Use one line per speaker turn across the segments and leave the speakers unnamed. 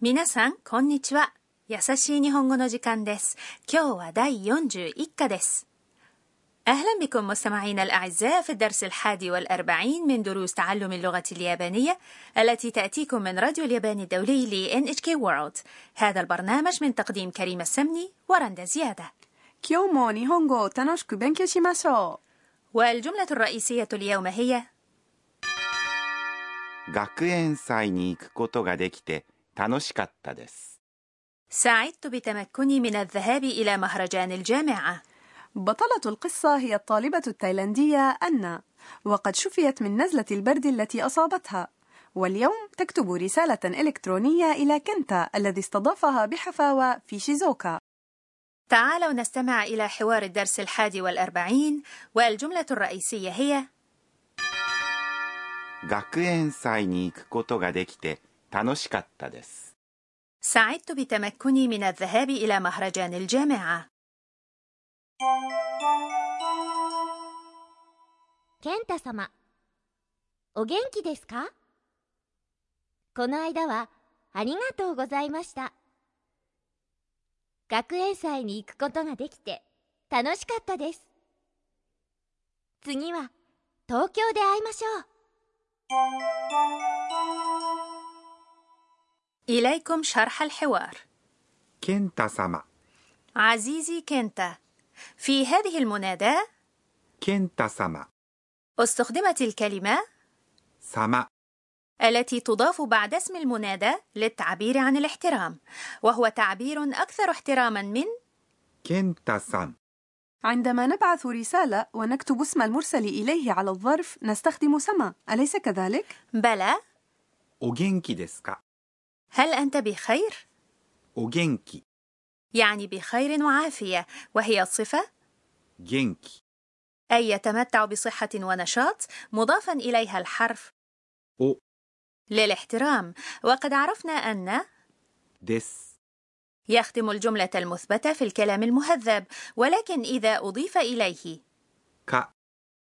皆さん、こんにちは。優しい日本語の時間です。今日は第41課です。أهلا بكم مستمعينا الأعزاء في الدرس الحادي والأربعين من دروس تعلم اللغة اليابانية التي تأتيكم من راديو اليابان الدولي ل NHK World هذا البرنامج من تقديم كريم السمني ورندا زيادة
今日も日本語を楽しく勉強しましょ
والجملة الرئيسية اليوم هي
学園祭に行くことができて楽しかったです
سعدت بتمكني من الذهاب إلى مهرجان الجامعة
うبطلة القصة هي الطالبة التايلاندية أنا وقد شفيت من نزلة البرد التي أصابتها واليوم تكتب رسالة إلكترونية إلى كنتا الذي استضافها بحفاوة في شيزوكا
تعالوا نستمع إلى حوار الدرس الحادي والأربعين والجملة الرئيسية هي
学園祭に行くことができて楽しかったです
سعدت بتمكني من الذهاب إلى مهرجان الجامعة
健太様お元気ですかこの間はありがとうございました学園祭に行くことができて楽しかったです次は東京で会いましょう
إليكم شرح الحوار
健太様
عزيزي كنتا في هذه المناداة
健太様
استخدمت الكلمة
様
التي تضاف بعد اسم المنادى للتعبير عن الاحترام وهو تعبير أكثر احتراما من
健太さん
عندما نبعث رسالة ونكتب اسم المرسل إليه على الظرف نستخدم سما أليس كذلك؟
بلى
お元気ですか
هل أنت بخير؟
お元気
يعني بخير وعافية وهي صفة
元気
أي يتمتع بصحة ونشاط مضافا إليها الحرف
お
للاحترام وقد عرفنا أن
です
يختم الجملة المثبتة في الكلام المهذب ولكن إذا أضيف إليه
か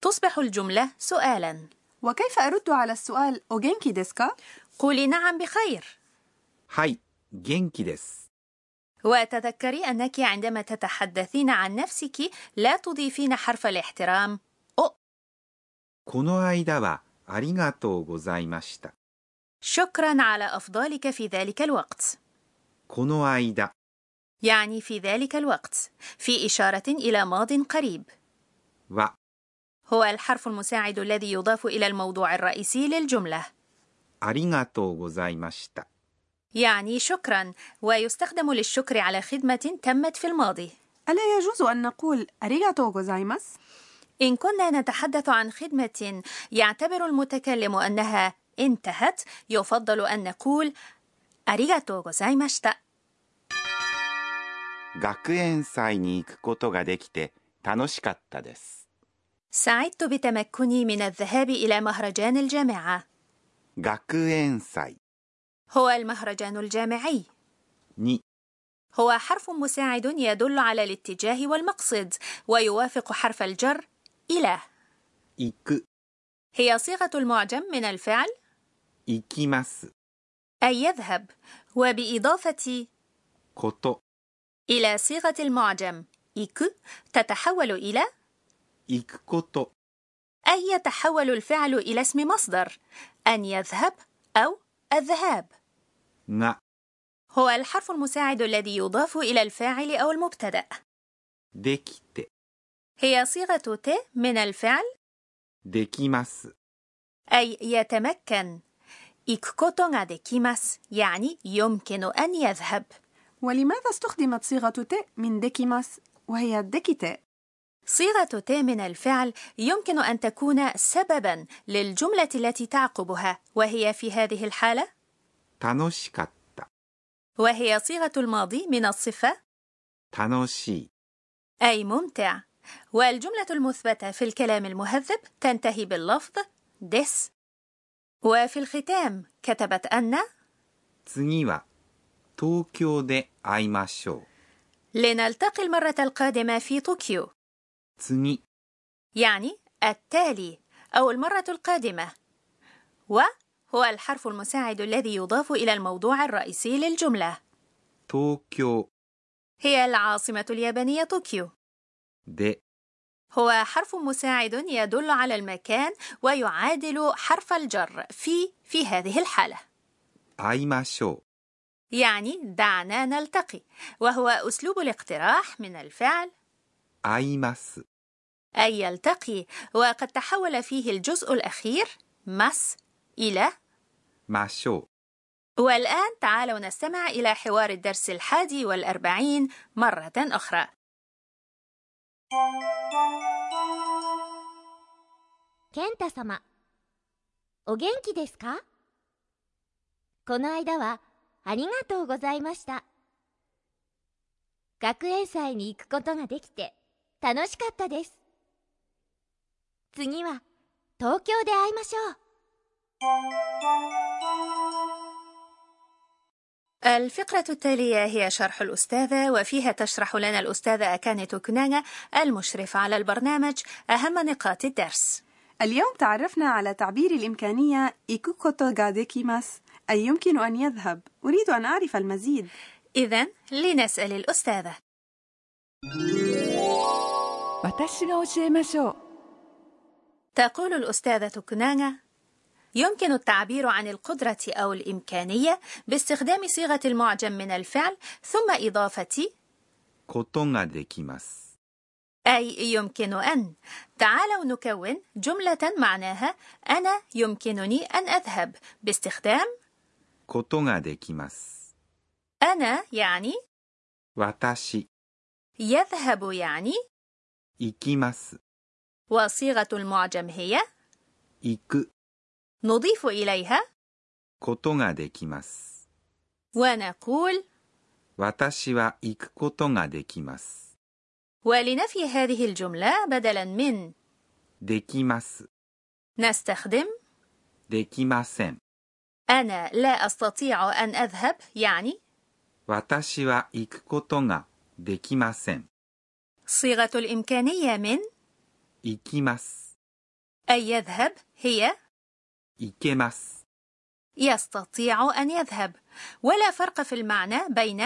تصبح الجملة سؤالا
وكيف أرد على السؤال أوجينكي ديسكا؟
قولي نعم بخير
はい元気です
وتذكري أنك عندما تتحدثين عن نفسك لا تضيفين حرف الاحترام أو
この間はありがとうございました
شكرا على أفضالك في ذلك الوقت
この間
يعني في ذلك الوقت في إشارة إلى ماض قريب
は
هو الحرف المساعد الذي يضاف إلى الموضوع الرئيسي للجملة
ありがとうございました
يعني شكرا ويستخدم للشكر على خدمة تمت في الماضي
ألا يجوز أن نقول أريغاتو غوزايماس؟
إن كنا نتحدث عن خدمة يعتبر المتكلم أنها انتهت يفضل أن نقول أريغاتو غوزايماشتا
学園祭に行くことができて楽しかったです
سعدت بتمكني من الذهاب إلى مهرجان الجامعة
学園祭
هو المهرجان الجامعي
に
هو حرف مساعد يدل على الاتجاه والمقصد ويوافق حرف الجر إلى
行く
هي صيغة المعجم من الفعل
行きます
أي يذهب وبإضافة
こと
إلى صيغة المعجم إيك تتحول إلى
行くこと
أي يتحول الفعل إلى اسم مصدر أن يذهب أو الذهاب
が
هو الحرف المساعد الذي يضاف إلى الفاعل أو المبتدأ
できて
هي صيغة ت من الفعل
できます
أي يتمكن إيكوتو ديكيماس يعني يمكن أن يذهب
ولماذا استخدمت صيغة ت من ديكيماس وهي ديكيتي؟
صيغة ت من الفعل يمكن أن تكون سببا للجملة التي تعقبها وهي في هذه الحالة
楽しかった
وهي صيغة الماضي من الصفة
楽しい
أي ممتع والجملة المثبتة في الكلام المهذب تنتهي باللفظ دس وفي الختام كتبت أن
次は東京で会いましょう
لنلتقي المرة القادمة في طوكيو
次
يعني التالي أو المرة القادمة و هو الحرف المساعد الذي يضاف إلى الموضوع الرئيسي للجملة
東京
هي العاصمة اليابانية طوكيو
で
هو حرف مساعد يدل على المكان ويعادل حرف الجر في في هذه الحالة
会いましょ
يعني دعنا نلتقي وهو أسلوب الاقتراح من الفعل
う会います
أي يلتقي وقد تحول فيه الجزء الأخير مس إلى
ましょ
والآن تعالوا نستمع إلى حوار الدرس الحادي والأربعين مرة أخرى
健太様お元気ですかこの間はありがとうございました学園祭に行くことができて楽しかったです次は東京で会いましょう
الفقرة التالية هي شرح الأستاذة وفيها تشرح لنا الأستاذة أكاني توكناغا المشرفة على البرنامج أهم نقاط الدرس
اليوم تعرفنا على تعبير الإمكانية إيكوكوتو غاديكيماس أي يمكن أن يذهب أريد أن أعرف المزيد
إذا لنسأل الأستاذة
私が教えましょう
تقول الأستاذة توكناغا يمكن التعبير عن القدرة أو الإمكانية باستخدام صيغة المعجم من الفعل ثم إضافة
ことができます
أي يمكن أن تعالوا نكون جملة معناها أنا يمكنني أن أذهب باستخدام
ことができます
أنا يعني
私
يذهب يعني
行きます
وصيغة المعجم هي
行く
نضيف إليها
ことができます
ونقول
私は行くことができます
ولنفي هذه الجملة بدلا من
できます
نستخدم
できません
أنا لا أستطيع أن أذهب يعني
私は行くことができません
صيغة الإمكانية من
行きます
أن يذهب هي
行けます
يستطيع أن يذهب ولا فرق في المعنى بين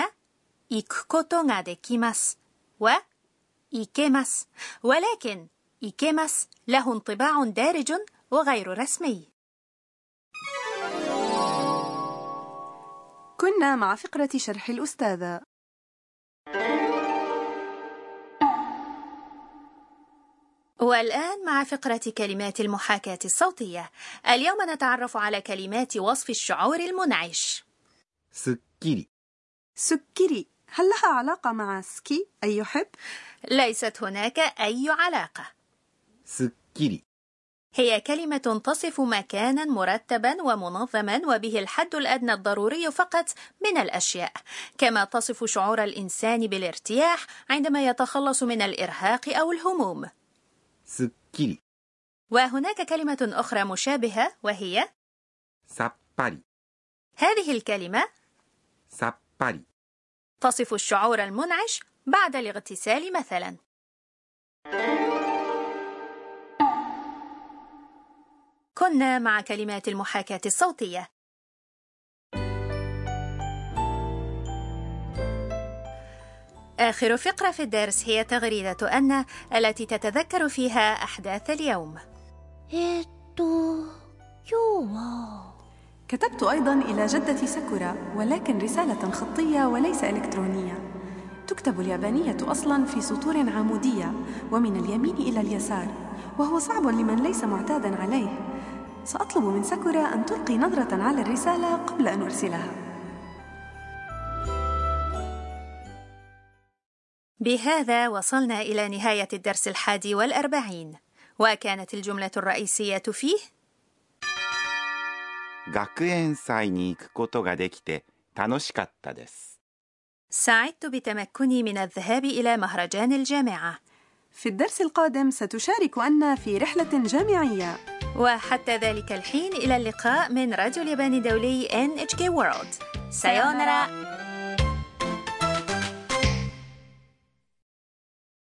إيكوتونغاديكيماس و إيكيماس ولكن إيكيماس له انطباع دارج وغير رسمي
كنا مع فقرة شرح الأستاذة
والآن مع فقرة كلمات المحاكاة الصوتية اليوم نتعرف على كلمات وصف الشعور المنعش
すっきり
سكري هل لها علاقة مع سكي أي يحب؟
ليست هناك أي علاقة
すっきり
هي كلمة تصف مكانا مرتبا ومنظما وبه الحد الأدنى الضروري فقط من الأشياء كما تصف شعور الإنسان بالارتياح عندما يتخلص من الإرهاق أو الهموم
すっきり
وهناك كلمة أخرى مشابهة وهي
さっぱり
هذه الكلمة
さっぱり
تصف الشعور المنعش بعد الاغتسال مثلا كنا مع كلمات المحاكاة الصوتية آخر فقرة في الدرس هي تغريدة أن التي تتذكر فيها أحداث اليوم
えっと今日は
كتبت أيضا إلى جدة ساكورا ولكن رسالة خطية وليس إلكترونية تكتب اليابانية أصلا في سطور عمودية ومن اليمين إلى اليسار وهو صعب لمن ليس معتادا عليه سأطلب من ساكورا أن تلقي نظرة على الرسالة قبل أن أرسلها
بهذا وصلنا إلى نهاية الدرس الحادي والأربعين وكانت الجملة الرئيسية فيه
学園祭に行くことができて楽しかったです。
سعدت بتمكني من الذهاب إلى مهرجان الجامعة
في الدرس القادم ستشارك أنا في رحلة جامعية
وحتى ذلك الحين إلى اللقاء من راديو اليابان الدولي NHK World سايونارا